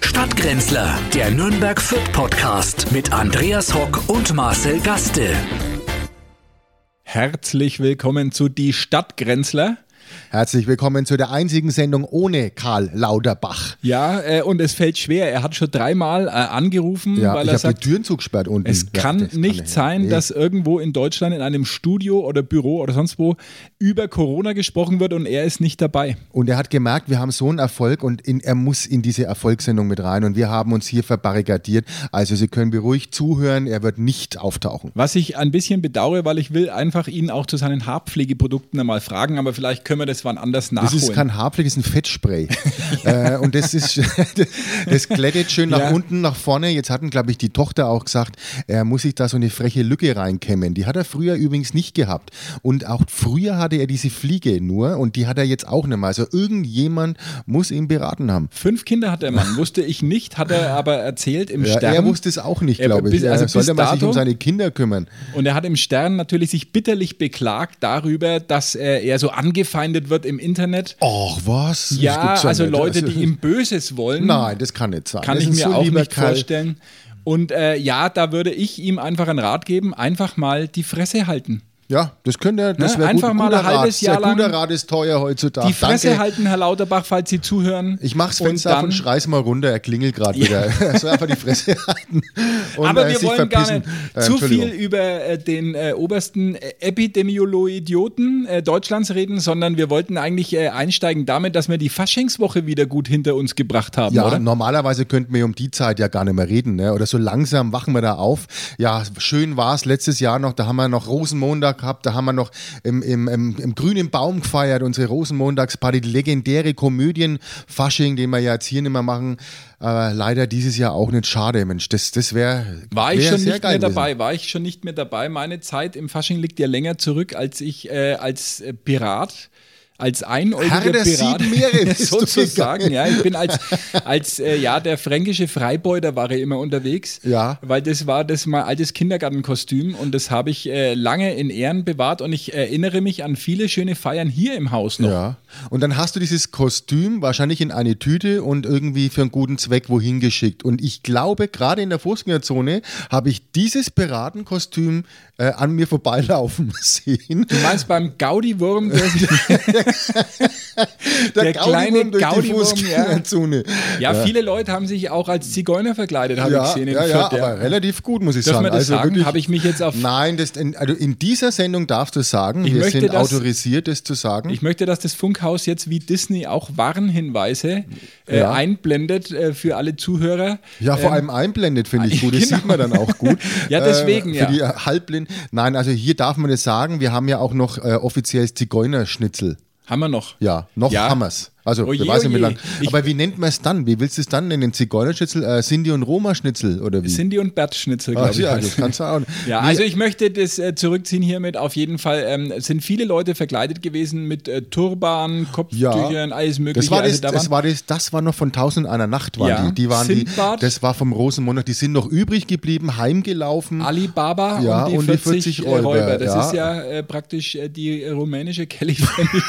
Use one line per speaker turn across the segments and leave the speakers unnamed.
Stadtgrenzler, der Nürnberg Fürth Podcast mit Andreas Hock und Marcel Gaste.
Herzlich willkommen zu Die Stadtgrenzler.
Herzlich willkommen zu der einzigen Sendung ohne Karl Lauderbach.
Ja, äh, und es fällt schwer. Er hat schon dreimal äh, angerufen,
Ja,
weil
ich
er
habe die
sagt,
Türen zugesperrt unten.
es
Ja,
kann
das
nicht
ja-
sein,
Nee.
dass irgendwo in Deutschland in einem Studio oder Büro oder sonst wo über Corona gesprochen wird und er ist nicht dabei.
Und er hat gemerkt, wir haben so einen Erfolg und in, er muss in diese Erfolgssendung mit rein. Und wir haben uns hier verbarrikadiert. Also Sie können beruhigt zuhören, er wird nicht auftauchen.
Was ich ein bisschen bedauere, weil ich will einfach ihn auch zu seinen Haarpflegeprodukten einmal fragen, aber vielleicht können wir das wann anders
Das
nachholen.
ist kein Haarpflege, das ist ein Fettspray. äh, und das ist, das glättet schön nach
Ja.
unten, nach vorne. Jetzt hatten, glaube ich, die Tochter auch gesagt, er muss sich da so eine freche Lücke reinkämmen. Die hat er früher übrigens nicht gehabt. Und auch früher hatte er diese Fliege nur und die hat er jetzt auch nicht mehr. Also irgendjemand muss ihn beraten haben.
Fünf Kinder hat der Mann, wusste ich nicht, hat er aber erzählt im
Ja,
Stern.
er wusste es auch nicht,
Er-
glaube
bis-
ich. Er
also bis
sollte mal sich
dato-
um seine Kinder kümmern.
Und er hat im Stern natürlich sich bitterlich beklagt darüber, dass äh, er so angefeindet wird im Internet.
Och, was? Das
ja,
gibt's
also
nicht.
Leute,
Also-
die ihm Böses wollen,
Nein, das kann nicht sein.
kann
das
ich
ist
mir
so ein
auch
lieber
nicht
Kerl.
vorstellen. Und äh, ja, da würde ich ihm einfach einen Rat geben, einfach mal die Fresse halten.
Ja, das könnte er. Das
Ne?
wäre
Einfach
gut,
mal
guter
ein halbes
Rat.
Jahr
Sehr guter
lang
Rat ist teuer heutzutage.
die Fresse
Danke.
halten, Herr Lauterbach, falls Sie zuhören.
Ich mach's
Und
Fenster auf
dann-
und schrei's mal runter, er klingelt gerade wieder. Er soll einfach die Fresse halten. Und,
Aber
äh,
wir
sich
wollen gar nicht
verpissen. Äh,
zu viel
Entschuldigung.
über äh, den äh, obersten äh, Epidemiolo-Idioten äh, Deutschlands reden, sondern wir wollten eigentlich äh, einsteigen damit, dass wir die Faschingswoche wieder gut hinter uns gebracht haben,
Ja,
oder?
normalerweise könnten wir um die Zeit ja gar nicht mehr reden, ne? Oder so langsam wachen wir da auf. Ja, schön war's letztes Jahr noch, da haben wir noch Rosenmontag gehabt, da haben wir noch im, im, im, im grünen Baum gefeiert, unsere Rosenmontagsparty, die legendäre Komödien-Fasching, den wir ja jetzt hier nicht mehr machen. Aber leider dieses Jahr auch nicht schade, Mensch. Das, das wäre
War ich
wär
schon
sehr
nicht mehr
geil gewesen.
dabei, war ich schon nicht mehr dabei. Meine Zeit im Fasching liegt ja länger zurück, als ich äh, als äh, Pirat, als einäugiger
Herr der
Pirat
sieben Meere bist du
sozusagen.
gegangen.
Ja, ich bin als, als äh, ja, der fränkische Freibeuter war ich immer unterwegs.
Ja.
Weil das war das mein altes Kindergartenkostüm und das habe ich äh, lange in Ehren bewahrt und ich erinnere mich an viele schöne Feiern hier im Haus noch.
Ja. Und dann hast du dieses Kostüm wahrscheinlich in eine Tüte und irgendwie für einen guten Zweck wohin geschickt. Und ich glaube, gerade in der Fußgängerzone habe ich dieses Piratenkostüm äh, an mir vorbeilaufen sehen.
Du meinst beim Gaudi-Wurm, der Der kleine
durch die
Gaudiwurm, ja.
Fußgängerzone.
Ja, viele Leute haben sich auch als Zigeuner verkleidet, habe ich
Ja,
gesehen. in
ja, ja,
Fürth,
aber relativ gut, muss ich
Dürfen
sagen. Also
wir das sagen?
wirklich-
Habe ich mich jetzt auf-
Nein, das, in, also in dieser Sendung darfst du sagen,
Ich
wir
möchte
sind
das-
autorisiert, das zu sagen.
Ich möchte, dass das Funkhaus jetzt wie Disney auch Warnhinweise äh,
Ja.
einblendet äh, für alle Zuhörer.
Ja, vor allem einblendet finde ich gut. Das
Ähm, genau.
sieht man dann auch gut.
Ja, deswegen,
äh,
ja.
Für die äh, Halbblind. Nein, also hier darf man das sagen. Wir haben ja auch noch äh, offizielles Zigeunerschnitzel.
Haben wir noch.
Ja, noch
Ja.
haben wir's. Also,
Oje,
wir weiß nicht, wie
oje.
lang.
Ich-
Aber wie nennt man es dann? Wie willst du es dann nennen? Zigeunerschnitzel, äh, Cindy und Roma-Schnitzel oder wie?
Cindy und Bert Schnitzel,
Ach,
glaube ich.
ja,
heißt.
das kannst du auch.
Ja,
Nee,
also ich möchte das äh, zurückziehen hiermit. Auf jeden Fall ähm, es sind viele Leute verkleidet gewesen mit äh, Turban, Kopftüchern, alles mögliche.
Das war, das,
also da waren,
das war das, das war noch von 1000 einer Nacht, waren
Ja.
die. die waren die,
Sindbad.
das war vom Rosenmontag, die sind noch übrig geblieben, heimgelaufen.
Ah, Alibaba
Ja, um
und, die, 40 Räuber. Das
ja.
ist ja äh, praktisch äh, die rumänische Kelly Family.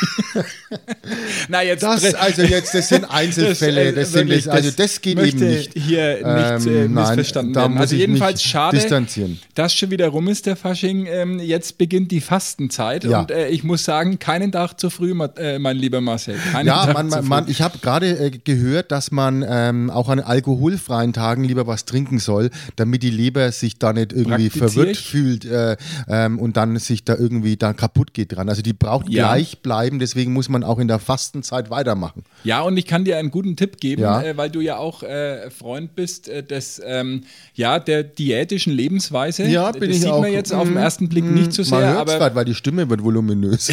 Na, jetzt
Das,
dre-
also jetzt, das sind Einzelfälle,
äh,
das, sind
wirklich,
das, also das geht
möchte
eben nicht.
hier nicht äh,
Ähm, nein,
missverstanden
da
werden.
muss
Also
ich
jedenfalls
mich
schade,
distanzieren.
dass schon wieder rum ist der Fasching. Ähm, jetzt beginnt die Fastenzeit
Ja.
und äh, ich muss sagen, keinen Tag zu früh, Ma- äh, mein lieber Marcel. Keinen
Ja,
Tag
man,
zu
man,
früh.
man, ich habe gerade äh, gehört, dass man ähm, auch an alkoholfreien Tagen lieber was trinken soll, damit die Leber sich da nicht irgendwie
Praktizier
verwirrt
ich.
fühlt äh, ähm, und dann sich da irgendwie da kaputt geht dran. Also die braucht
Ja.
gleich bleiben, deswegen muss man auch in der Fastenzeit weitermachen.
Ja, und ich kann dir einen guten Tipp geben,
Ja.
äh, weil du ja auch äh, Freund bist äh, des, ähm, ja, der diätischen Lebensweise.
Ja,
das
bin ich
sieht
auch.
man jetzt auf den
Mm,
ersten Blick nicht so
man
sehr,
hört's
aber
grad, weil die Stimme wird voluminös.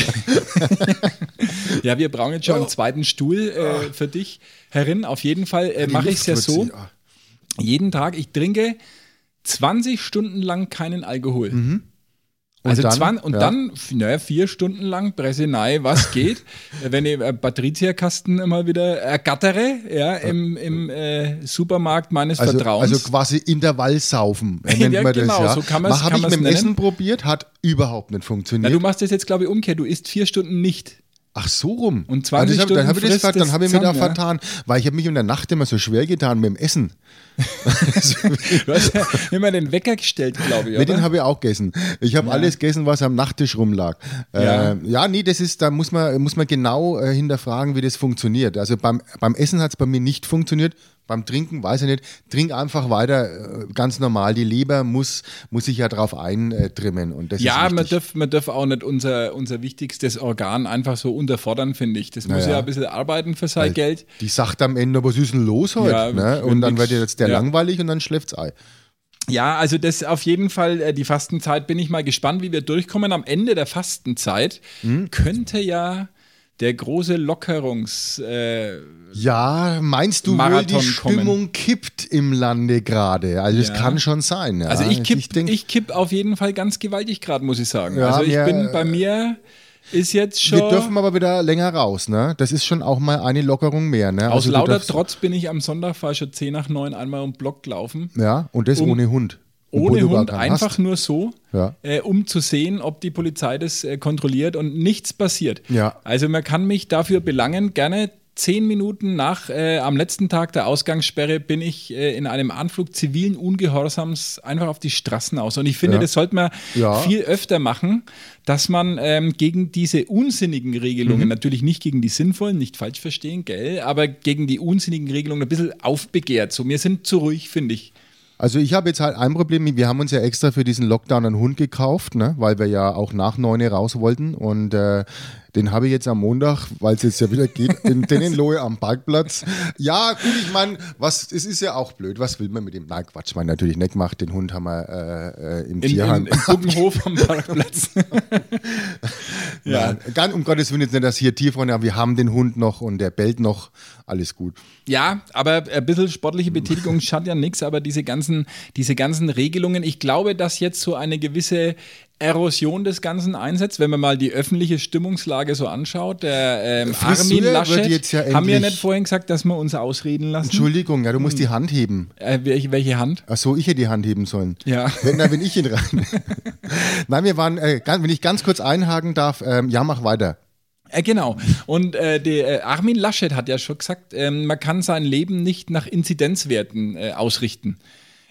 ja, wir brauchen jetzt schon
Oh.
einen zweiten Stuhl äh, für dich herin. Auf jeden Fall äh, mache ich es ja so. jeden Tag, ich trinke 20 Stunden lang keinen Alkohol. also
Mhm. dann?
zwan- und
Ja.
dann, f- naja, vier Stunden lang Pressenei, was geht, Äh, wenn ich äh, Patrizierkasten immer wieder ergattere, ja, im, im äh, Supermarkt meines
Also,
Vertrauens.
also quasi Intervallsaufen äh, nennt
Ja,
man
genau,
das. Ja.
so kann man's-
Ma- hab
kann
ich
man's
mit dem
nennen.
Essen probiert, hat überhaupt nicht
Na,
funktioniert.
du machst das jetzt, glaube ich, umkehrt. Du isst vier Stunden nicht.
Ach so rum.
Und 20
ja, das hab-
Stunden
Dann habe ich, das
frisst
ver- dann
das
hab ich mir da
zusammen, ja.
vertan, weil ich habe mich in der Nacht immer so schwer getan mit dem Essen.
Du hast ja immer den Wecker gestellt, glaube ich.
Mit den
Oder?
habe ich auch gegessen. Ich habe alles gegessen, was am Nachttisch rumlag.
Ja.
Äh, ja, nee, das ist, da muss man, muss man genau äh, hinterfragen, wie das funktioniert. Also beim, beim Essen hat es bei mir nicht funktioniert. Beim Trinken weiß ich nicht. Trink einfach weiter, äh, ganz normal. Die Leber muss, muss sich ja drauf eintrimmen. Und das
Ja,
ist
man
wichtig.
darf, man darf auch nicht unser, unser wichtigstes Organ einfach so unterfordern, finde ich. Das muss
Naja.
ja ein bisschen arbeiten für sein Geld.
Die sagt am Ende, was ist denn los heute?
Ja,
ne?
wenn
Und dann
nix-
wird jetzt der
ja.
langweilig und dann schläft's Ei.
Ja, also das auf jeden Fall, äh, die Fastenzeit bin ich mal gespannt, wie wir durchkommen. Am Ende der Fastenzeit
Mhm.
könnte ja der große Lockerungs... Äh,
Ja, meinst du wohl,
Marathon
die Stimmung
kommen.
kippt im Lande gerade? Also es
Ja.
kann schon sein. Ja.
also ich kipp, ich,
denk,
kipp auf jeden Fall ganz gewaltig gerade, muss ich sagen.
Ja,
also ich
mir,
bin,
äh,
bei mir ist jetzt schon...
wir dürfen aber wieder länger raus, ne? Das ist schon auch mal eine Lockerung mehr, ne?
Aus
Also du
lauter
darfst-
Trotz bin ich am Sonntag war schon 10 nach 9 einmal um den Block gelaufen.
Ja, und das
Um-
ohne Hund. Obwohl
Ohne
du gar
Hund,
keinen
einfach
hast.
nur so,
Ja.
äh, um zu sehen, ob die Polizei das äh, kontrolliert und nichts passiert.
Ja.
Also man kann mich dafür belangen, gerne zehn Minuten nach äh, am letzten Tag der Ausgangssperre bin ich äh, in einem Anflug zivilen Ungehorsams einfach auf die Straßen aus. Und ich finde,
Ja.
das sollte man
Ja.
viel öfter machen, dass man ähm, gegen diese unsinnigen Regelungen,
Mhm.
natürlich nicht gegen die sinnvollen, nicht falsch verstehen, gell, aber gegen die unsinnigen Regelungen ein bisschen aufbegehrt. So, wir sind zu ruhig, finde ich.
Also ich habe jetzt halt ein Problem, wir haben uns ja extra für diesen Lockdown einen Hund gekauft, ne? weil wir ja auch nach 9 Uhr raus wollten und äh, den habe ich jetzt am Montag, weil es jetzt ja wieder geht, in Tennenlohe am Parkplatz. Ja, gut, ich meine, was, es ist ja auch blöd, was will man mit dem, nein Quatsch, man natürlich nicht gemacht, den Hund haben wir äh, äh, im
In,
Tierheim.
in, in Guggenhof am Parkplatz. ja.
Nein, Ganz, um Gottes Willen jetzt nicht, dass hier Tierfreunde haben, wir haben den Hund noch und der bellt noch, alles gut.
ja, aber ein bisschen sportliche Betätigung schadet ja nichts, aber diese ganzen, diese ganzen Regelungen, ich glaube, dass jetzt so eine gewisse Erosion des Ganzen einsetzt, wenn man mal die öffentliche Stimmungslage so anschaut. Der ähm,
Frisur
Armin
wird
Laschet,
jetzt ja
haben wir
endlich-
nicht vorhin gesagt, dass wir uns ausreden lassen?
Entschuldigung, ja, du musst die Hand heben.
Äh, welche, welche Hand?
Ach so, ich hätte die Hand heben sollen.
Ja.
Wenn, na, wenn ich ihn rein. Nein, wir waren, äh, ganz, wenn ich ganz kurz einhaken darf, ähm, ja, mach weiter.
Äh, genau. Und äh, der, äh, Armin Laschet hat ja schon gesagt, ähm, man kann sein Leben nicht nach Inzidenzwerten äh, ausrichten.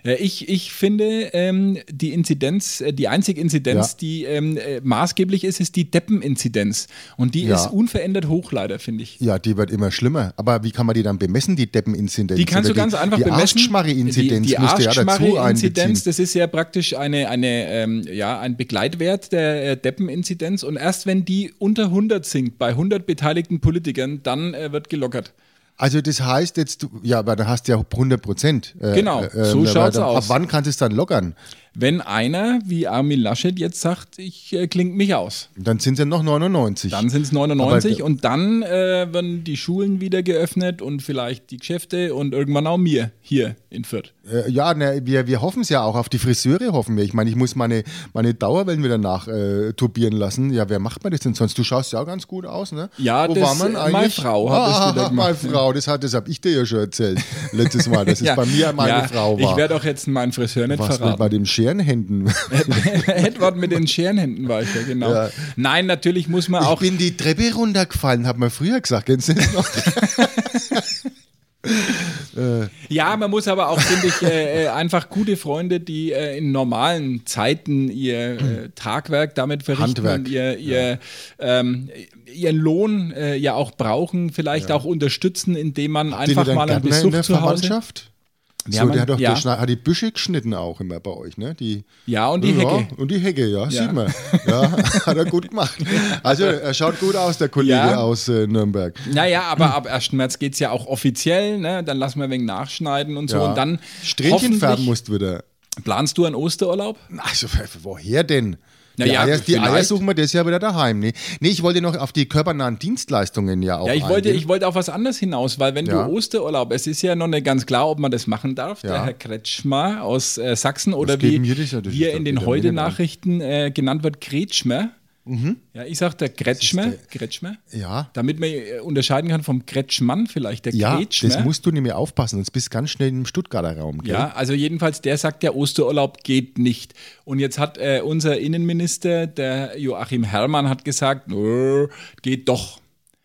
Äh, Ich, ich finde, ähm, die Inzidenz, äh, die einzige Inzidenz,
Ja.
die ähm, äh, maßgeblich ist, ist die Deppen-Inzidenz. Und die
Ja.
ist unverändert hoch, leider, finde ich.
Ja, die wird immer schlimmer. Aber wie kann man die dann bemessen, die Deppeninzidenz?
Die kannst
Oder
du ganz
die,
einfach
die
bemessen.
Arschmarre-Inzidenz
Die, die
musst du ja dazu einbeziehen.
Arschmarre-Inzidenz, das ist ja praktisch eine, eine, ähm, ja, ein Begleitwert der äh, Deppen-Inzidenz. Und erst wenn die unter 100 sinkt, bei 100 beteiligten Politikern, dann äh, wird gelockert.
Also das heißt jetzt, du, ja, aber dann hast du ja 100 Prozent. äh,
Genau, so schaut's
Ab
aus.
wann kannst du es dann lockern?
Wenn einer wie Armin Laschet jetzt sagt, ich äh, klinge mich aus,
Dann sind es ja noch 99.
dann sind es 99
Aber-
und dann äh, werden die Schulen wieder geöffnet und vielleicht die Geschäfte und irgendwann auch mir hier in Fürth.
Äh, ja, ne, wir, wir hoffen es ja auch. Auf die Friseure hoffen wir. Ich meine, ich muss meine, meine Dauerwellen wieder nach äh, turbieren lassen. Ja, wer macht mir das denn sonst? Du schaust ja ganz gut aus, ne?
Ja, das- meine Frau hat das
ah,
wieder gemacht, ne?
Meine Frau, das, hat, das habe ich dir ja schon erzählt letztes Mal, dass es bei mir meine
ja,
Frau
Ich
war.
werde auch jetzt meinen Friseur nicht
Was mit
verraten. Äh,
bei den Scherenhänden?
Edward mit den Scherenhänden war ich ja, genau. Nein, natürlich muss man
ich
auch.
bin die Treppe runtergefallen, hat man früher gesagt. Kennst du das noch?
Ja, man muss aber auch, finde ich, äh, äh, einfach gute Freunde, die äh, in normalen Zeiten ihr äh, Tagwerk damit verrichten
Handwerk.
und ihr, ihr, ähm, ihren Lohn äh, ja auch brauchen, vielleicht auch unterstützen, indem man
Den
einfach
ihr dann
mal einen
Gärtner in
Besuch
der
zu Hause.
Verwandtschaft?
Ja,
so,
man-
der hat doch
ja.
der Schne- hat die Büsche geschnitten auch immer bei euch, ne? Die,
Ja, und die
ja,
Hecke.
Und die Hecke, ja, sieht man. Ja, hat er gut gemacht. Also, er schaut gut aus, der Kollege
Ja.
aus äh, Nürnberg.
Naja, aber ab 1. März geht es ja auch offiziell, ne? Dann lassen wir wegen nachschneiden und so.
Ja.
Und dann
Strähnchen
hoffentlich-
färben musst wieder.
Planst du einen Osterurlaub?
Also, woher denn?
Na
die,
ja,
Eier, die
vielleicht.
Eier suchen wir das Jahr wieder daheim. Nee. nee, ich wollte noch auf die körpernahen Dienstleistungen ja auch.
Ja, ich wollte,
eingehen.
ich wollte auf was anderes hinaus, weil wenn
Ja.
du Osterurlaub, es ist ja noch nicht ganz klar, ob man das machen darf,
Ja.
der Herr Kretschmer aus äh, Sachsen oder wie
geben wir das ja, das
hier
ist
in
doch
den
wieder
Heute-Nachrichten äh, genannt wird, Kretschmer.
Mhm.
Ja, ich sag der Kretschmer, Kretschmer,
Ja.
damit man äh, unterscheiden kann vom Kretschmann vielleicht, der
Ja,
Kretschmer.
das musst du nämlich aufpassen, sonst bist du ganz schnell im Stuttgarter Raum. Gell?
ne? Ja, also jedenfalls, der sagt, der Osterurlaub geht nicht. Und jetzt hat äh, unser Innenminister, der Joachim Herrmann, hat gesagt, "Nö, geht doch.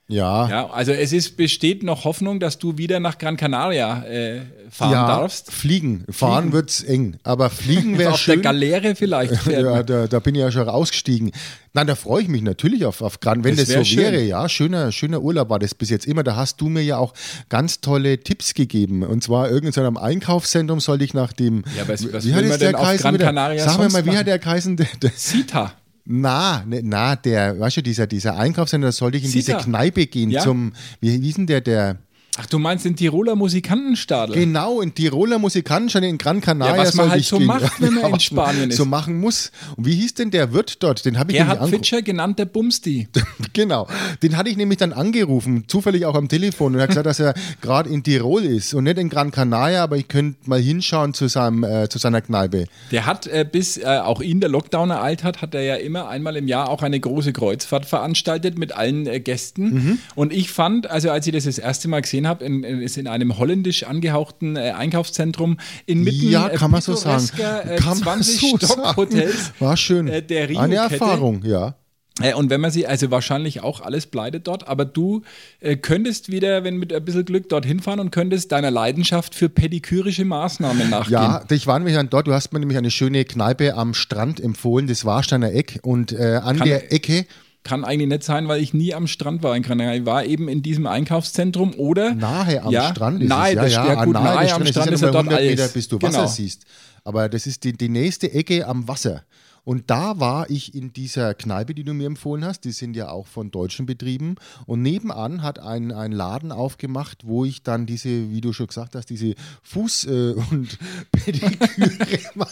Ja.
Ja, also es ist, besteht noch Hoffnung, dass du wieder nach Gran Canaria äh, fahren
ja,
darfst.
fliegen. Fahren wird's eng. Aber fliegen wäre
Auf der
schön.
Galeere vielleicht. ähm, fährt
Ja,
man.
da, da bin ich ja schon rausgestiegen. Nein, da freue ich mich natürlich auf, auf Gran, wenn
Das
das,
wär
so wäre.
schön.
Ja, schöner, schöner Urlaub war das bis jetzt immer. Da hast du mir ja auch ganz tolle Tipps gegeben. Und zwar irgendeinem Einkaufszentrum sollte ich nach dem.
Ja, was- was
wie
will
hat
man
jetzt
denn
der
auf
geheißen?
Gran
wieder?
Canaria
Sag mir
sonst
mal, wie
machen?
hat der geheißen? Der, der,
Sita.
na, ne, na, der, weißt du, dieser, dieser Einkaufszentrum, da sollte ich in diese
Sita.
Kneipe gehen
Ja.
zum, wie hieß denn der, der.
Ach, du meinst den Tiroler Musikantenstadel?
Genau, in Tiroler Musikantenstadt in Gran Canaria.
Ja, was man
soll
halt
ich
so
gehen.
macht, wenn man in
was man
Spanien ist.
So machen muss. Und wie hieß denn der Wirt dort? Den habe ich nämlich
Gerhard
angerufen.
Fitscher, genannt der Bumsti.
Genau. Den hatte ich nämlich dann angerufen, zufällig auch am Telefon, und hat gesagt, dass er gerade in Tirol ist und nicht in Gran Canaria, aber ich könnte mal hinschauen zu, seinem, äh, zu seiner Kneipe.
Der hat äh, bis äh, auch ihn der Lockdown ereilt hat, hat er ja immer einmal im Jahr auch eine große Kreuzfahrt veranstaltet mit allen äh, Gästen.
Mhm.
Und ich fand, also als ich das das erste Mal gesehen habe, in, in, ist in einem holländisch angehauchten äh, Einkaufszentrum inmitten
ja, kann man so sagen.
äh, pittoresker, Äh,
Kann man
20
so
Stockhotels.
sagen. War schön.
Äh, der
Eine
Rio-Kette.
Erfahrung, ja.
Äh, und wenn man sie, also wahrscheinlich auch alles bleidet dort, aber du äh, könntest wieder, wenn mit ein bisschen Glück, dorthin fahren und könntest deiner Leidenschaft für pedikürische Maßnahmen nachgehen.
Ja, ich war nämlich dann dort. Du hast mir nämlich eine schöne Kneipe am Strand empfohlen, das Warsteiner Eck. Und äh, an
Kann-
der Ecke
Kann eigentlich nicht sein, weil ich nie am Strand war in Granada. Ich war eben in diesem Einkaufszentrum oder
Nahe am
ja,
Strand ist
nahe,
es. Ah,
das- ja, gut, nahe,
des
am
Strandes.
Strand
Es
ist
ja
ja
nur
dort
100
alles. Genau.
Meter, bis du Wasser siehst. Aber das ist die, die nächste Ecke am Wasser. Und da war ich in dieser Kneipe, die du mir empfohlen hast. Die sind ja auch von Deutschen betrieben. Und nebenan hat ein, ein Laden aufgemacht, wo ich dann diese, wie du schon gesagt hast, diese Fuß- äh, und Pediküre machen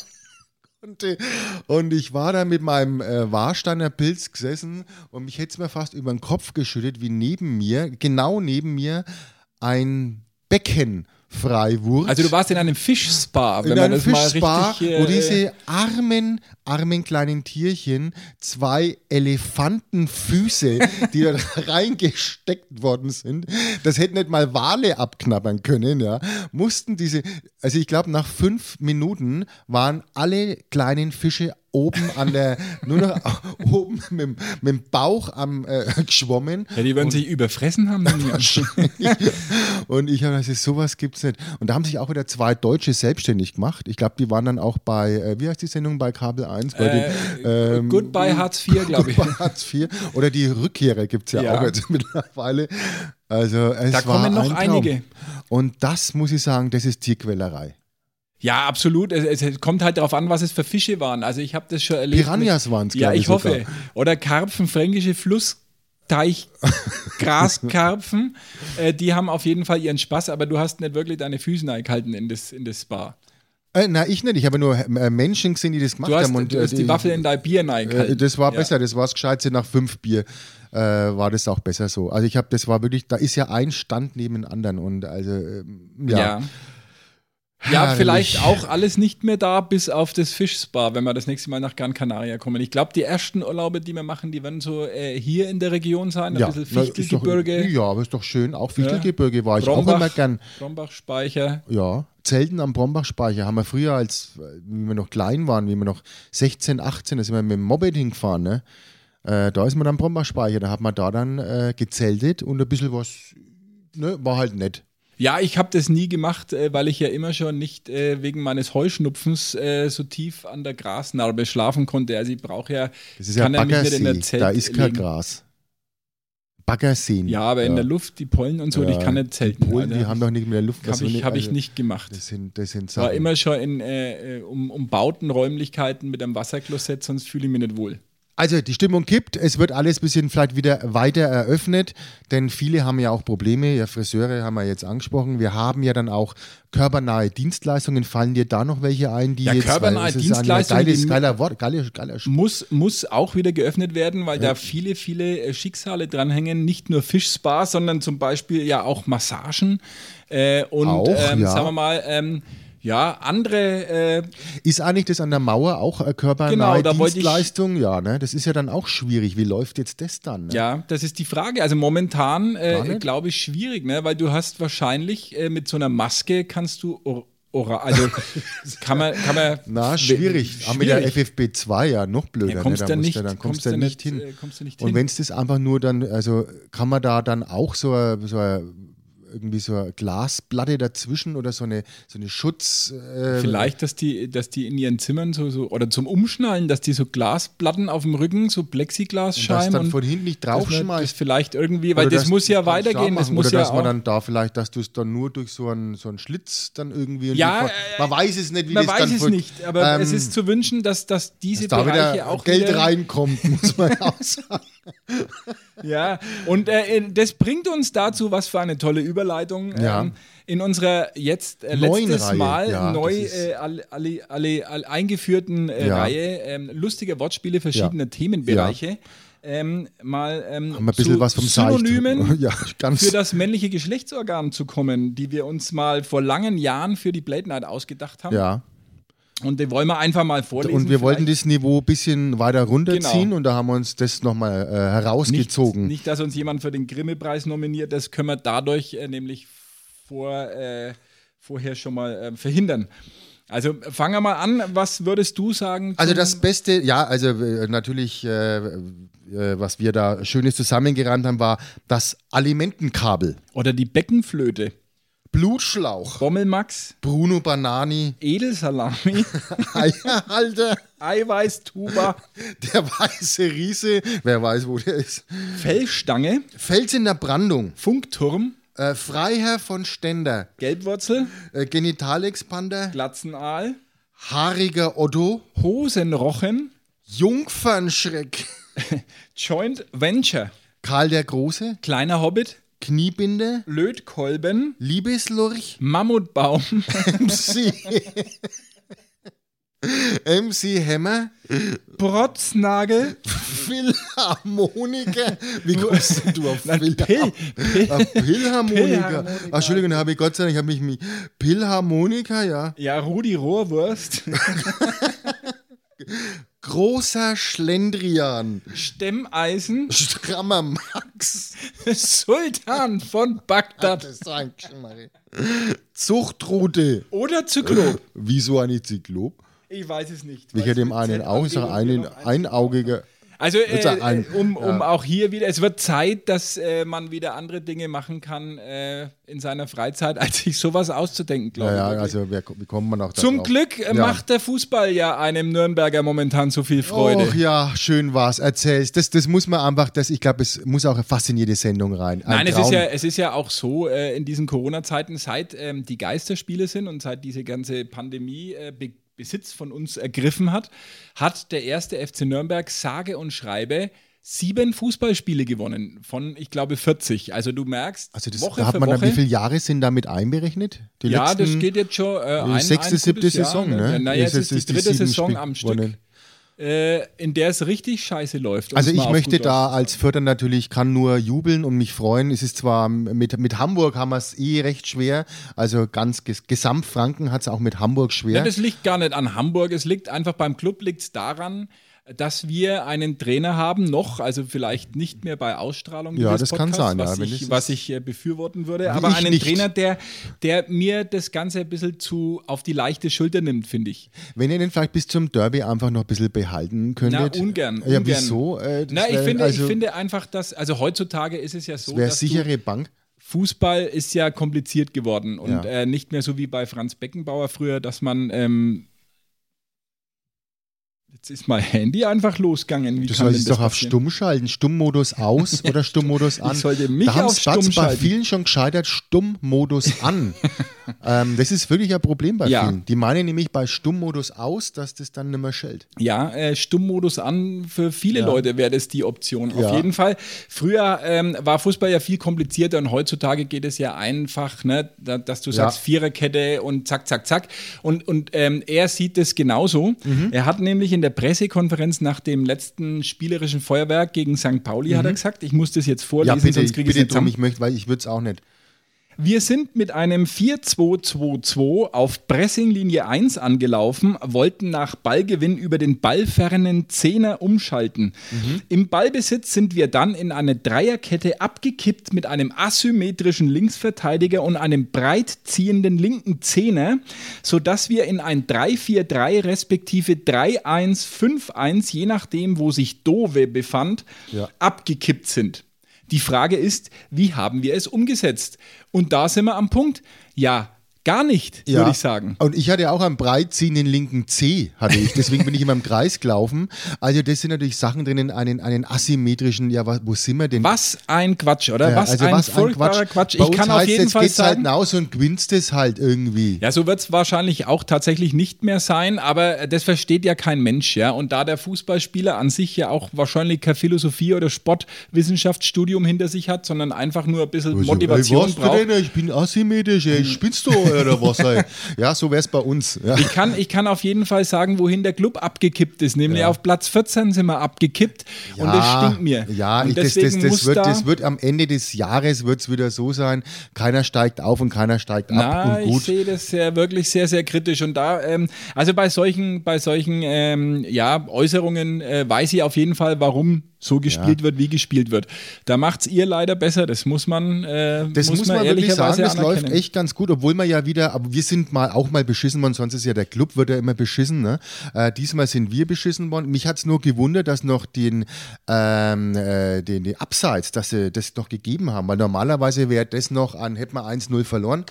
konnte. Und ich war da mit meinem äh, Warsteiner Pilz gesessen und mich hätte es mir fast über den Kopf geschüttet, wie neben mir, genau neben mir, ein Becken frei wurde.
Also du warst in einem Fischspa, wenn
in
man
einem
das mal
Fischspa,
richtig äh,
wo diese armen, armen kleinen Tierchen zwei Elefantenfüße, die da reingesteckt worden sind, das hätten nicht mal Wale abknabbern können, ja, mussten diese, also ich glaube, nach fünf Minuten waren alle kleinen Fische oben an der, nur noch oben mit, dem- mit dem Bauch am äh, geschwommen
ja, die würden sich überfressen haben. dann hier.
und ich habe gesagt, sowas gibt's nicht. Und da haben sich auch wieder zwei Deutsche selbstständig gemacht. Ich glaube, die waren dann auch bei, äh, wie heißt die Sendung bei Kabel 1? Bei den,
Äh,
ähm,
Goodbye Hartz IV, glaube ich.
bei Hartz IV. Oder die Rückkehrer gibt's ja,
Ja.
auch jetzt mittlerweile. Also es
Da
war
kommen noch
ein Traum.
einige.
Und das muss ich sagen, das ist Tierquälerei.
Ja, absolut. Es, es kommt halt darauf an, was es für Fische waren. Also ich habe das schon erlebt.
Piranhas waren's,
Ja,
glaube
ich hoffe.
sogar.
Oder Karpfen, fränkische Flussteichgraskarpfen. äh, die haben auf jeden Fall ihren Spaß, aber du hast nicht wirklich deine Füße eingehalten in das, in das Spa.
Äh, na, ich nicht. Ich habe nur äh, Menschen gesehen, die das gemacht
Du hast,
haben. Und,
du
äh,
hast die Waffel in dein Bier
Äh,
eingehalten.
das war
Ja.
besser, das war das Gescheitste nach fünf Bier. Äh, war das auch besser so. Also ich habe, das war wirklich, da ist ja ein Stand neben den anderen und also ähm, ja.
Ja. Ja,
Herrlich.
vielleicht auch alles nicht mehr da, bis auf das Fischspa, wenn wir das nächste Mal nach Gran Canaria kommen. Ich glaube, die ersten Urlaube, die wir machen, die werden so äh, hier in der Region sein, ein
Ja,
bisschen
na, ist doch,
Fichtelgebirge,
ja, aber ist doch schön. Auch Fichtelgebirge war ich auch
Brombach.
immer gern.
Brombachspeicher.
Ja, Zelten am Brombachspeicher haben wir früher, als äh, wie wir noch klein waren, wie wir noch 16, 18, da sind wir mit dem Moped hingefahren, ne? Äh, da ist man am Brombachspeicher, da hat man da dann äh, gezeltet und ein bisschen was, ne, war halt nett.
Ja, ich habe das nie gemacht, äh, weil ich ja immer schon nicht äh, wegen meines Heuschnupfens äh, so tief an der Grasnarbe schlafen konnte. Also ich brauche ja,
Das ist ja
kann ja nicht in der
Baggersee,
Zelt
da ist kein
liegen.
Gras. Baggersee.
Ja, aber in der Luft, die Pollen und so, und ich kann nicht zelten.
Die Polen,
Alter.
die haben doch nicht mit der Luft
Hab
sollen
ich,
die-
hab ich
also,
nicht gemacht.
Das sind, das sind
war
Sachen.
immer schon in äh, äh, um, umbauten Räumlichkeiten mit einem Wasserklosett, sonst fühle ich mich nicht wohl.
also die Stimmung kippt, es wird alles ein bisschen vielleicht wieder weiter eröffnet, denn viele haben ja auch Probleme, ja Friseure haben wir jetzt angesprochen, wir haben ja dann auch körpernahe Dienstleistungen, fallen dir da noch welche ein, die
Ja,
jetzt...
körpernahe
weil es ist
Dienstleistungen,
Ein geiles,
die-
geiler Wort, geiler, geiler Spruch.
Muss, muss auch wieder geöffnet werden, weil da viele, viele äh, Schicksale dranhängen. Nicht nur Fischspas, sondern zum Beispiel ja auch Massagen äh, und
Auch,
ähm,
ja.
sagen wir mal, ähm, ja, andere äh,
Ist eigentlich das an der Mauer auch eine körpernahe
Genau, da wollte ich-
Dienstleistung? ja, ne? Das ist ja dann auch schwierig. Wie läuft jetzt das dann? Ne?
Ja, das ist die Frage. Also momentan,
Gar
äh,
nicht?
glaube ich, schwierig, ne? weil du hast wahrscheinlich äh, mit so einer Maske kannst du or- Oral, also kann man, kann man.
Na, schwierig. Aber mit der FFB2 ja noch blöder.
Ja, kommst
ne?
du
musst
nicht-
du dann kommst du
kommst du
nicht hin.
nicht, äh, kommst du nicht
Und
hin.
wenn es das einfach nur dann, also kann man da dann auch so, ein- so ein- irgendwie so eine Glasplatte dazwischen oder so eine, so eine Schutz. Äh,
Vielleicht, dass die, dass die in ihren Zimmern so, so, oder zum Umschnallen, dass die so Glasplatten auf dem Rücken, so
dass
Plexiglasscheiben.
dann von hinten nicht
dass man das
draufschmeißt.
vielleicht irgendwie, weil
Oder
das
dass-
muss ja
kannst du
weitergehen.
auch
Das
machen.
muss
Oder
ja
dass man
auch,
dann da vielleicht, dass du es dann nur durch so einen, so einen Schlitz dann irgendwie. und
Ja,
die- man
äh,
weiß es nicht, wie
man
das dann
weiß es
wird.
nicht, aber
Ähm,
es ist zu wünschen, dass, dass diese
dass da
Bereiche
wieder
auch
Geld
wieder,
reinkommt, muss man auch sagen.
Ja, und äh, das bringt uns dazu, was für eine tolle Überleitung.
Ja.
Ähm, in unserer jetzt äh,
Neuen
letztes
Reihe,
Mal
ja,
neu
das ist-
äh, alle, alle, alle, alle eingeführten äh,
Ja.
Reihe ähm, lustige Wortspiele verschiedener Themenbereiche. Ähm, mal ähm,
Haben wir ein bisschen
zu
was vom Seicht.
Synonymen
Ja, ganz.
für das männliche Geschlechtsorgan zu kommen, die wir uns mal vor langen Jahren für die Blade Night ausgedacht haben.
ja.
Und die wollen wir einfach mal vorlesen.
Und wir wollten
vielleicht.
das Niveau ein bisschen weiter runterziehen
Genau.
und da haben wir uns das nochmal äh,
nicht,
herausgezogen.
nicht, dass uns jemand für den Grimme-Preis nominiert, das können wir dadurch äh, nämlich vor, äh, vorher schon mal äh, verhindern. Also äh, fangen wir mal an, was würdest du sagen?
Also
zum-
das Beste, ja, also äh, natürlich, äh, äh, was wir da Schönes zusammengerannt haben, war das Alimentenkabel,
Oder die Beckenflöte,
Blutschlauch,
Bommelmax,
Bruno Banani,
Edelsalami,
Eierhalter,
Eiweißtuba,
der weiße Riese, wer weiß, wo der ist,
Fellstange,
Fels in der Brandung,
Funkturm,
äh, Freiherr von Stender,
Gelbwurzel,
äh, Genitalexpander,
Glatzenaal,
haariger Otto,
Hosenrochen,
Jungfernschreck,
Joint Venture,
Karl der Große,
Kleiner Hobbit,
Kniebinde,
Lötkolben,
Liebeslurch,
Mammutbaum,
MC, MC Hammer,
Brotznagel,
Philharmoniker. Wie kommst denn du auf Philharmoniker?
Pill, Pill.
Philharmoniker.
Philharmoniker.
Ach, Ah, Entschuldigung, da habe ich Gott sei Dank, ich habe mich mich. Philharmoniker, ja.
Ja, Rudi Rohrwurst,
Großer Schlendrian.
Stemmeisen,
Strammer Max.
Sultan von Bagdad
Das war ein Schmarre. Zuchtrute.
oder Zyklop.
Wieso eine Zyklop?
Ich weiß es nicht.
Welcher
Weiß
dem
mit
einen
Z
auch,
und
ist auch
D
einen
noch ein- genau.
einaugiger.
Also,
Ist auch
äh,
ein-
um, um auch hier wieder, es wird Zeit, dass äh, man wieder andere Dinge machen kann äh, in seiner Freizeit, als sich sowas auszudenken, glaube
Ja, ja,
ich. wirklich.
also wer, wie kommt man auch da
Zum
drauf?
Glück äh,
Ja.
macht der Fußball ja einem Nürnberger momentan so viel Freude.
Och ja, schön war's. Erzähl's. Das, das muss man einfach, das, ich glaube, es muss auch fast in jede Sendung rein. Ein
Nein, es ist,
Traum.
ja, es ist ja auch so, äh, in diesen Corona-Zeiten, seit ähm, die Geisterspiele sind und seit diese ganze Pandemie äh, Be Besitz von uns ergriffen hat, hat der erste FC Nürnberg sage und schreibe sieben Fußballspiele gewonnen von, ich glaube, 40. Also du merkst,
Also das,
Woche
da hat
für
man
Woche,
dann, wie viele Jahre sind damit einberechnet? Die
ja,
letzten,
das geht jetzt schon äh,
die
ein,
sechste,
ein
siebte
gutes Jahr,
Saison, ne?
Naja,
Jetzt
es ist die
ist die
dritte
sieben
Saison
Spiel-
am Stück,
gewonnen.
äh, in der es richtig scheiße läuft. um
Also
es mal
ich
auf
möchte
gut Deutsch
da
zu
als Vierter natürlich, kann nur jubeln und mich freuen. Es ist zwar mit, mit Hamburg haben wir es eh recht schwer, also ganz ges Gesamtfranken hat es auch mit Hamburg schwer.
Ja, das liegt gar nicht an Hamburg. Es liegt einfach beim Club liegt's daran, dass wir einen Trainer haben, noch, also vielleicht nicht mehr bei Ausstrahlung.
Ja,
dieses
das kann sein,
Was
ja, wenn
ich,
es-
was ich äh, befürworten würde. Aber
ich
einen
nicht.
Trainer, der, der mir das Ganze ein bisschen zu auf die leichte Schulter nimmt, finde ich.
Wenn ihr den vielleicht bis zum Derby einfach noch ein bisschen behalten
Na,
könntet.
ungern.
Ja,
ungern.
wieso? Äh, das
Na, ich
wär-
finde,
also,
ich finde einfach, dass, also heutzutage ist es ja so,
Wäre
dass du-
sichere Bank.
Fußball ist ja kompliziert geworden und
Ja.
äh, nicht mehr so wie bei Franz Beckenbauer früher, dass man ähm, jetzt ist mein Handy einfach losgegangen. Wie
Du
kann
solltest
denn das
doch auf
passieren?
Stumm schalten. Stummmodus aus oder Stummmodus an.
sollte mich
da
auf
haben Spatz
Stumm
bei
schalten.
vielen schon gescheitert. Stummmodus an. ähm, das ist wirklich ein Problem bei
Ja.
vielen. Die meinen nämlich bei Stummmodus aus, dass das dann nimmer schellt.
Ja, äh, Stummmodus an. Für viele Leute wäre das die Option. Auf
Ja.
jeden Fall. Früher ähm, war Fußball ja viel komplizierter und heutzutage geht es ja einfach, ne, da, dass du sagst Viererkette und zack, zack, zack. Und, und ähm, er sieht das genauso.
Mhm.
Er hat nämlich in der Pressekonferenz nach dem letzten spielerischen Feuerwerk gegen St. Pauli hat er gesagt, ich muss das jetzt vorlesen,
Mhm. ja, bitte,
sonst kriege ich es
bitte
nicht
drum.
zusammen.
Ich möchte, weil ich würde es auch nicht.
Wir sind mit einem 4-2-2-2 auf Pressinglinie 1 angelaufen, wollten nach Ballgewinn über den ballfernen Zehner umschalten. Im Ballbesitz sind wir dann in eine Dreierkette abgekippt mit einem asymmetrischen Linksverteidiger und einem breit ziehenden linken Zehner, sodass wir in ein 3-4-3 respektive 3-1-5-1, je nachdem, wo sich Dove befand,
Ja.
abgekippt sind. Die Frage ist, wie haben wir es umgesetzt? Und da sind wir am Punkt. Ja, gar nicht, würde ich sagen.
Und ich hatte auch einen breitziehenden linken C, hatte ich. Deswegen bin ich immer im Kreis gelaufen. Also das sind natürlich Sachen drinnen, einen, einen asymmetrischen, ja, wa- wo sind wir denn? Äh,
Was
also
ein Quatsch, oder?
Ja,
was, ein furchtbarer Quatsch.
Bei
Ich
uns
kann
heißt
auf jeden
jetzt
Fall
geht's halt
sagen,
hinaus und gewinnst es halt irgendwie.
Ja, so wird es wahrscheinlich auch tatsächlich nicht mehr sein, aber das versteht ja kein Mensch, ja. Und da der Fußballspieler an sich ja auch wahrscheinlich kein Philosophie- oder Sportwissenschaftsstudium hinter sich hat, sondern einfach nur ein bisschen
Also,
Motivation
ey, was
braucht. Hm.
Trainer, ich bin asymmetrisch, ey, spinnst du oder was? Ey? Ja, so wär's bei uns. Ja.
Ich kann, ich kann auf jeden Fall sagen, wohin der Club abgekippt ist. Nämlich auf Platz 14 sind wir abgekippt und das stinkt mir.
Ja,
und
ich, das, das,
deswegen
das,
muss
wird,
da-
das wird am Ende des Jahres wird's wieder so sein, keiner steigt auf und keiner steigt ab
Na,
und
ich
gut.
sehe das sehr, wirklich sehr, sehr kritisch. Und da, ähm, also bei solchen, bei solchen ähm, ja, Äußerungen äh, weiß ich auf jeden Fall, warum so gespielt wird, wie gespielt wird. Da macht's ihr leider besser. Das muss man, äh,
Das muss, man, wirklich
ehrlicherweise
sagen, das läuft
anerkennen.
echt ganz gut, obwohl man ja wieder, aber wir sind mal auch mal beschissen worden, sonst ist ja der Club wird ja immer beschissen. Ne? Äh, diesmal sind wir beschissen worden. Mich hat's nur gewundert, dass noch den, ähm, äh, den, den Abseits, dass sie das noch gegeben haben, weil normalerweise wäre das noch an, hätten wir 1-0 verloren.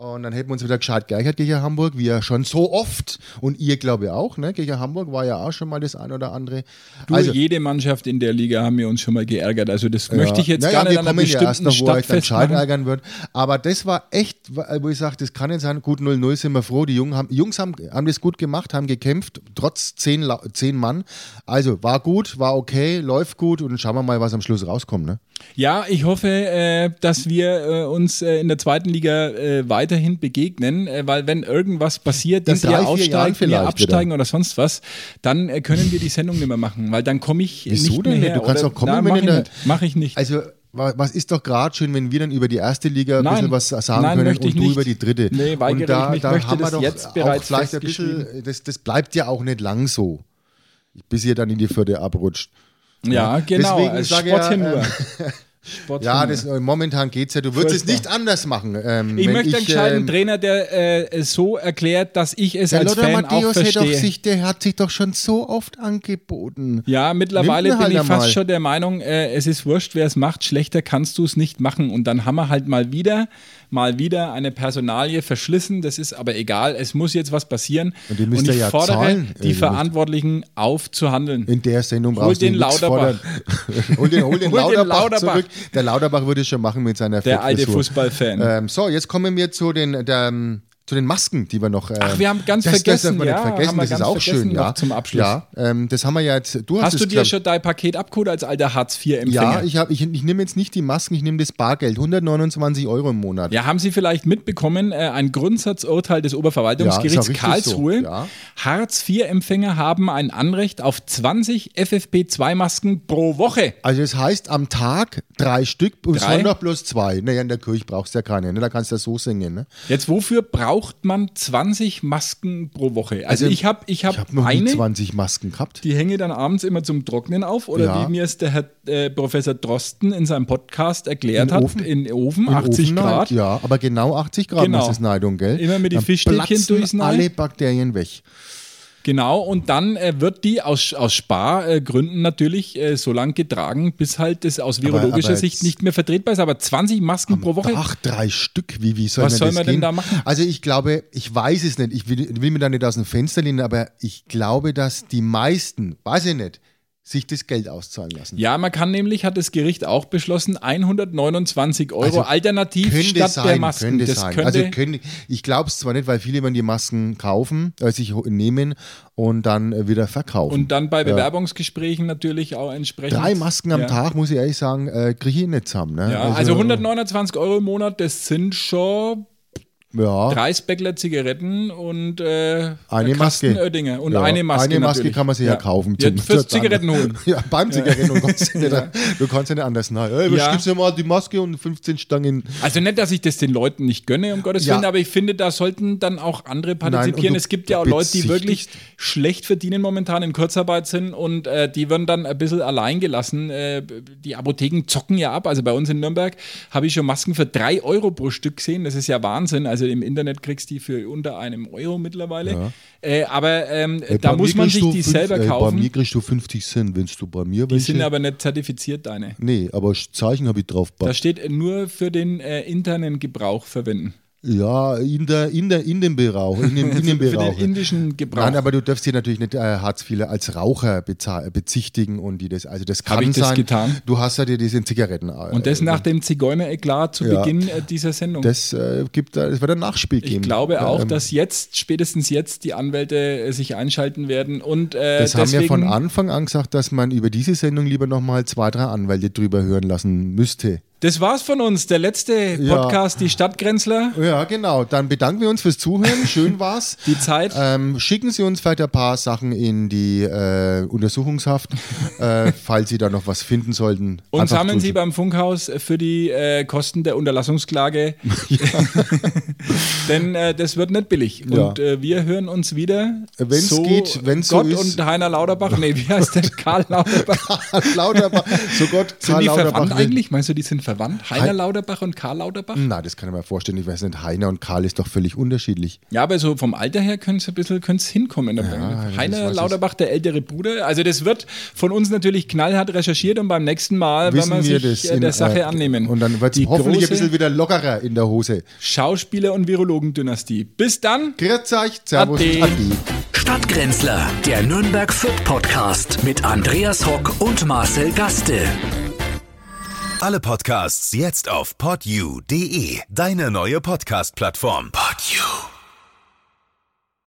Und dann hätten wir uns wieder gescheit geärgert gegen Hamburg, wie ja schon so oft. Und ihr, glaube ich, auch, ne? Gegen Hamburg war ja auch schon mal das ein oder andere. Also,
Du, jede Mannschaft in der Liga haben wir uns schon mal geärgert. Also das möchte ich jetzt gar
Naja,
nicht
wir
an einer
kommen ja
bestimmten
erst noch, wo
Stadt
euch dann Scheid
festmachen.
ärgern wird. Aber das war echt, äh, wo ich sage, das kann nicht sein. Gut, 0-0 sind wir froh. Die Jungen haben, Jungs haben, haben das gut gemacht, haben gekämpft, trotz zehn, Lau- zehn Mann. Also war gut, war okay, läuft gut und dann schauen wir mal, was am Schluss rauskommt. Ne?
Ja, ich hoffe, äh, dass wir äh, uns äh, in der zweiten Liga äh, weiterhin begegnen, äh, weil wenn irgendwas passiert, dass
drei, vier
ihr
Jahren
aussteigt, wir
vielleicht
absteigen oder sonst was, dann äh, können wir die Sendung nicht mehr machen, weil dann komme ich
Wieso
nicht
denn
mehr
nicht?
her.
Du kannst
oder-
doch kommen,
Nein,
wenn
mach ich
in der-
nicht. Mach ich nicht.
Also wa- was ist doch gerade schön, wenn wir dann über die erste Liga ein
Nein.
bisschen was sagen
Nein,
können
möchte ich
und du
nicht.
über die dritte.
Nee, weigere
und da,
ich mich.
da
Möchte
haben wir
das
doch
jetzt
auch
bereits
vielleicht ein bisschen, das, das bleibt ja auch nicht lang so, bis ihr dann in die vierte abrutscht.
ja, genau.
Deswegen
also
sage
Sport
ja,
hin nur.
äh,
Sport
Ja,
hin
das,
nur.
äh, momentan geht's ja. Du würdest es
Furchtbar.
nicht anders machen. Ähm,
ich
wenn
möchte einen gescheiten
ähm,
Trainer, der äh, es so erklärt, dass ich es
Der
als
Lothar
Fan auch
Matthäus hat doch
verstehe.
sich, der hat sich doch schon so oft angeboten.
Ja, mittlerweile
Nimmt
bin
ihn halt
ich fast
einmal.
schon der Meinung, äh, es ist wurscht, wer es macht, schlechter kannst du es nicht machen. Und dann haben wir halt mal wieder, mal wieder eine Personalie verschlissen. Das ist aber egal, es muss jetzt was passieren.
Und die müsst ihr
ich
ja
fordere
zahlen,
die
irgendwie.
Verantwortlichen auf zu handeln.
In der Sendung brauchst
den
du nichts
Lauterbach.
fordern. hol den, hol den
Hol den
Lauterbach,
Lauterbach.
zurück. Der Lauterbach würde es schon machen mit seiner
Der alte
Fettfrisur.
Fußballfan.
Ähm, so, jetzt kommen wir zu den, der, ähm, zu den Masken, die wir noch. ähm,
Ach, wir haben ganz
das, Das
vergessen,
dürfen wir nicht
ja, haben
vergessen,
wir
das ist
ganz
auch
vergessen
schön, ja.
noch zum Abschluss.
Ja, ähm, das haben wir ja jetzt. Du hast,
Hast
es,
du dir
glaub-
schon dein Paket abgeholt als alter Hartz-IV-Empfänger?
Ja, ich, hab- ich, ich nehme jetzt nicht die Masken, ich nehme das Bargeld. 129 Euro im Monat.
Ja, haben Sie vielleicht mitbekommen, äh, ein Grundsatzurteil des
Ja,
Oberverwaltungsgerichts
ist ja richtig
Karlsruhe.
so, ja.
Hartz-IV-Empfänger haben ein Anrecht auf 20 FFP2-Masken pro Woche.
Also es heißt am Tag drei Stück und
Drei?
Sonntag plus zwei. Naja, in der Kirche brauchst du ja keine, ne? Da kannst du ja so singen, ne?
Jetzt, wofür braucht man 20 Masken pro Woche? Also,
Also,
ich habe ich hab
Ich habe noch nie
eine,
20 Masken gehabt.
die hänge dann abends immer zum Trocknen auf. Oder
Ja.
wie mir es der Herr äh, Professor Drosten in seinem Podcast erklärt
In
hat,
Ofen?
in Ofen,
Im
80
Ofen
um Grad.
halt, Ja, aber genau 80 Grad
Genau.
muss es Neidung, gell?
Immer mit die
Dann
Fischstäbchen
platzen
durchs Nei.
alle Bakterien weg.
Genau, und dann äh, wird die aus, aus Spargründen natürlich äh, so lange getragen, bis halt das aus virologischer
aber
Sicht
jetzt-
nicht mehr vertretbar ist. Aber 20 Masken pro Woche?
Ach, drei Stück, wie, wie soll
Was
man
soll
das
man denn
gehen?
da machen?
Also ich glaube, ich weiß es nicht, ich will, will mir da nicht aus dem Fenster lehnen, aber ich glaube, dass die meisten, weiß ich nicht, sich das Geld auszahlen lassen.
Ja, man kann nämlich, hat das Gericht auch beschlossen, 129 Euro
Also,
alternativ
Könnte
statt
sein,
der Masken.
könnte
das
sein.
könnte,
also könnte, ich glaube es zwar nicht, weil viele immer die Masken kaufen, äh, sich ho- nehmen und dann äh, wieder verkaufen.
und dann bei Bewerbungsgesprächen natürlich auch entsprechend.
Drei Masken am
ja. also
Tag, muss ich ehrlich sagen, eh äh, kriege ich nicht zusammen. Ne?
Ja, also, 129 Euro im Monat, das sind schon
Ja.
Drei Speckler Zigaretten und äh,
Eine
Kasten
Maske.
Oettinger und
Ja,
eine Maske.
Eine Maske
natürlich.
kann man sich ja, kaufen.
Ja,
zum-
fürs
zur-
Zigaretten holen.
Ja, beim Zigaretten. Du kannst ja nicht- du kannst ja nicht anders. Na, ey,
Ja.
ja. gibst du mal die Maske und 15 Stangen.
Also nicht, dass ich das den Leuten nicht gönne, um Gottes
Ja.
Willen, aber ich finde, da sollten dann auch andere
Nein,
partizipieren.
und du-
es gibt ja auch
du
Leute, die wirklich
bezichtigst-
schlecht verdienen momentan in Kurzarbeit sind und äh, die werden dann ein bisschen allein gelassen. Äh, die Apotheken zocken ja ab. Also bei uns in Nürnberg habe ich schon Masken für drei Euro pro Stück gesehen. Das ist ja Wahnsinn. Also im Internet kriegst du die für unter einem Euro mittlerweile. Äh, aber ähm,
Ey,
da
bei
muss
mir
man
kriegst
sich
du
die
fünf-
selber
ey, Bei mir
kaufen.
kriegst du 50 Cent, wenn du bei mir
Die
welche-
sind aber nicht zertifiziert, deine.
Nee, aber Zeichen habe ich drauf.
Da steht äh, nur für den äh, internen Gebrauch verwenden.
Ja, in, der, in, der, in dem Bereich. In dem, in
Für den
dem Bereich.
indischen Gebrauch.
Nein, aber du darfst dir natürlich nicht äh, Hartz viele als Raucher bezahl- bezichtigen und die das, also das kann
Hab ich das
sein.
getan?
Du hast ja dir diese Zigaretten. äh,
Und das nach dem Zigeuner-Eklat zu
Ja.
Beginn äh, dieser Sendung.
Das äh, gibt, äh, es wird ein Nachspiel
ich
geben.
glaube auch,
Ähm,
dass jetzt, spätestens jetzt, die Anwälte äh, sich einschalten werden. Und äh,
das haben
deswegen,
wir von Anfang an gesagt, dass man über diese Sendung lieber nochmal zwei, drei Anwälte drüber hören lassen müsste.
Das war's von uns, der letzte
Ja.
Podcast, die Stadtgrenzler.
Ja, genau. Dann bedanken wir uns fürs Zuhören. Schön war's.
Die Zeit.
Ähm, schicken Sie uns vielleicht ein paar Sachen in die äh, Untersuchungshaft, äh, falls Sie da noch was finden sollten.
Und
Einfach
sammeln Sie
zuschicken.
beim Funkhaus für die äh, Kosten der Unterlassungsklage. Denn äh, das wird nicht billig.
Ja. Äh,
Und äh, wir hören uns wieder.
Wenn's geht, wenn's so
Gott
ist.
und Heiner Lauterbach. Nee, wie heißt der? Karl Lauterbach.
Lauterbach, so Gott,
Sind
Karl
die
Lauterbach
verwandt
will-
eigentlich? Meinst du, die sind verwandt? Heiner Lauterbach und Karl Lauterbach?
Na, das kann ich mir vorstellen. Ich weiß nicht, Heiner und Karl ist doch völlig unterschiedlich.
Ja, aber so vom Alter her könnte es ein bisschen könnt's hinkommen.
das weiß
Heiner
ich.
Lauterbach, der ältere Bruder. Also das wird von uns natürlich knallhart recherchiert und beim nächsten Mal
Wissen
werden wir
wir
sich
das
äh, der Sache
äh,
annehmen.
Und dann wird
Die
es hoffentlich ein
große
bisschen wieder lockerer in der Hose.
Schauspieler- und Virologendynastie. Bis dann!
Grüß euch, Servus,
Ade.
Ade.
Stadtgrenzler, der Nürnberg Fürth Podcast mit Andreas Hock und Marcel Gaste.
Alle Podcasts jetzt auf podyou.de, deine neue Podcast-Plattform. Podyou.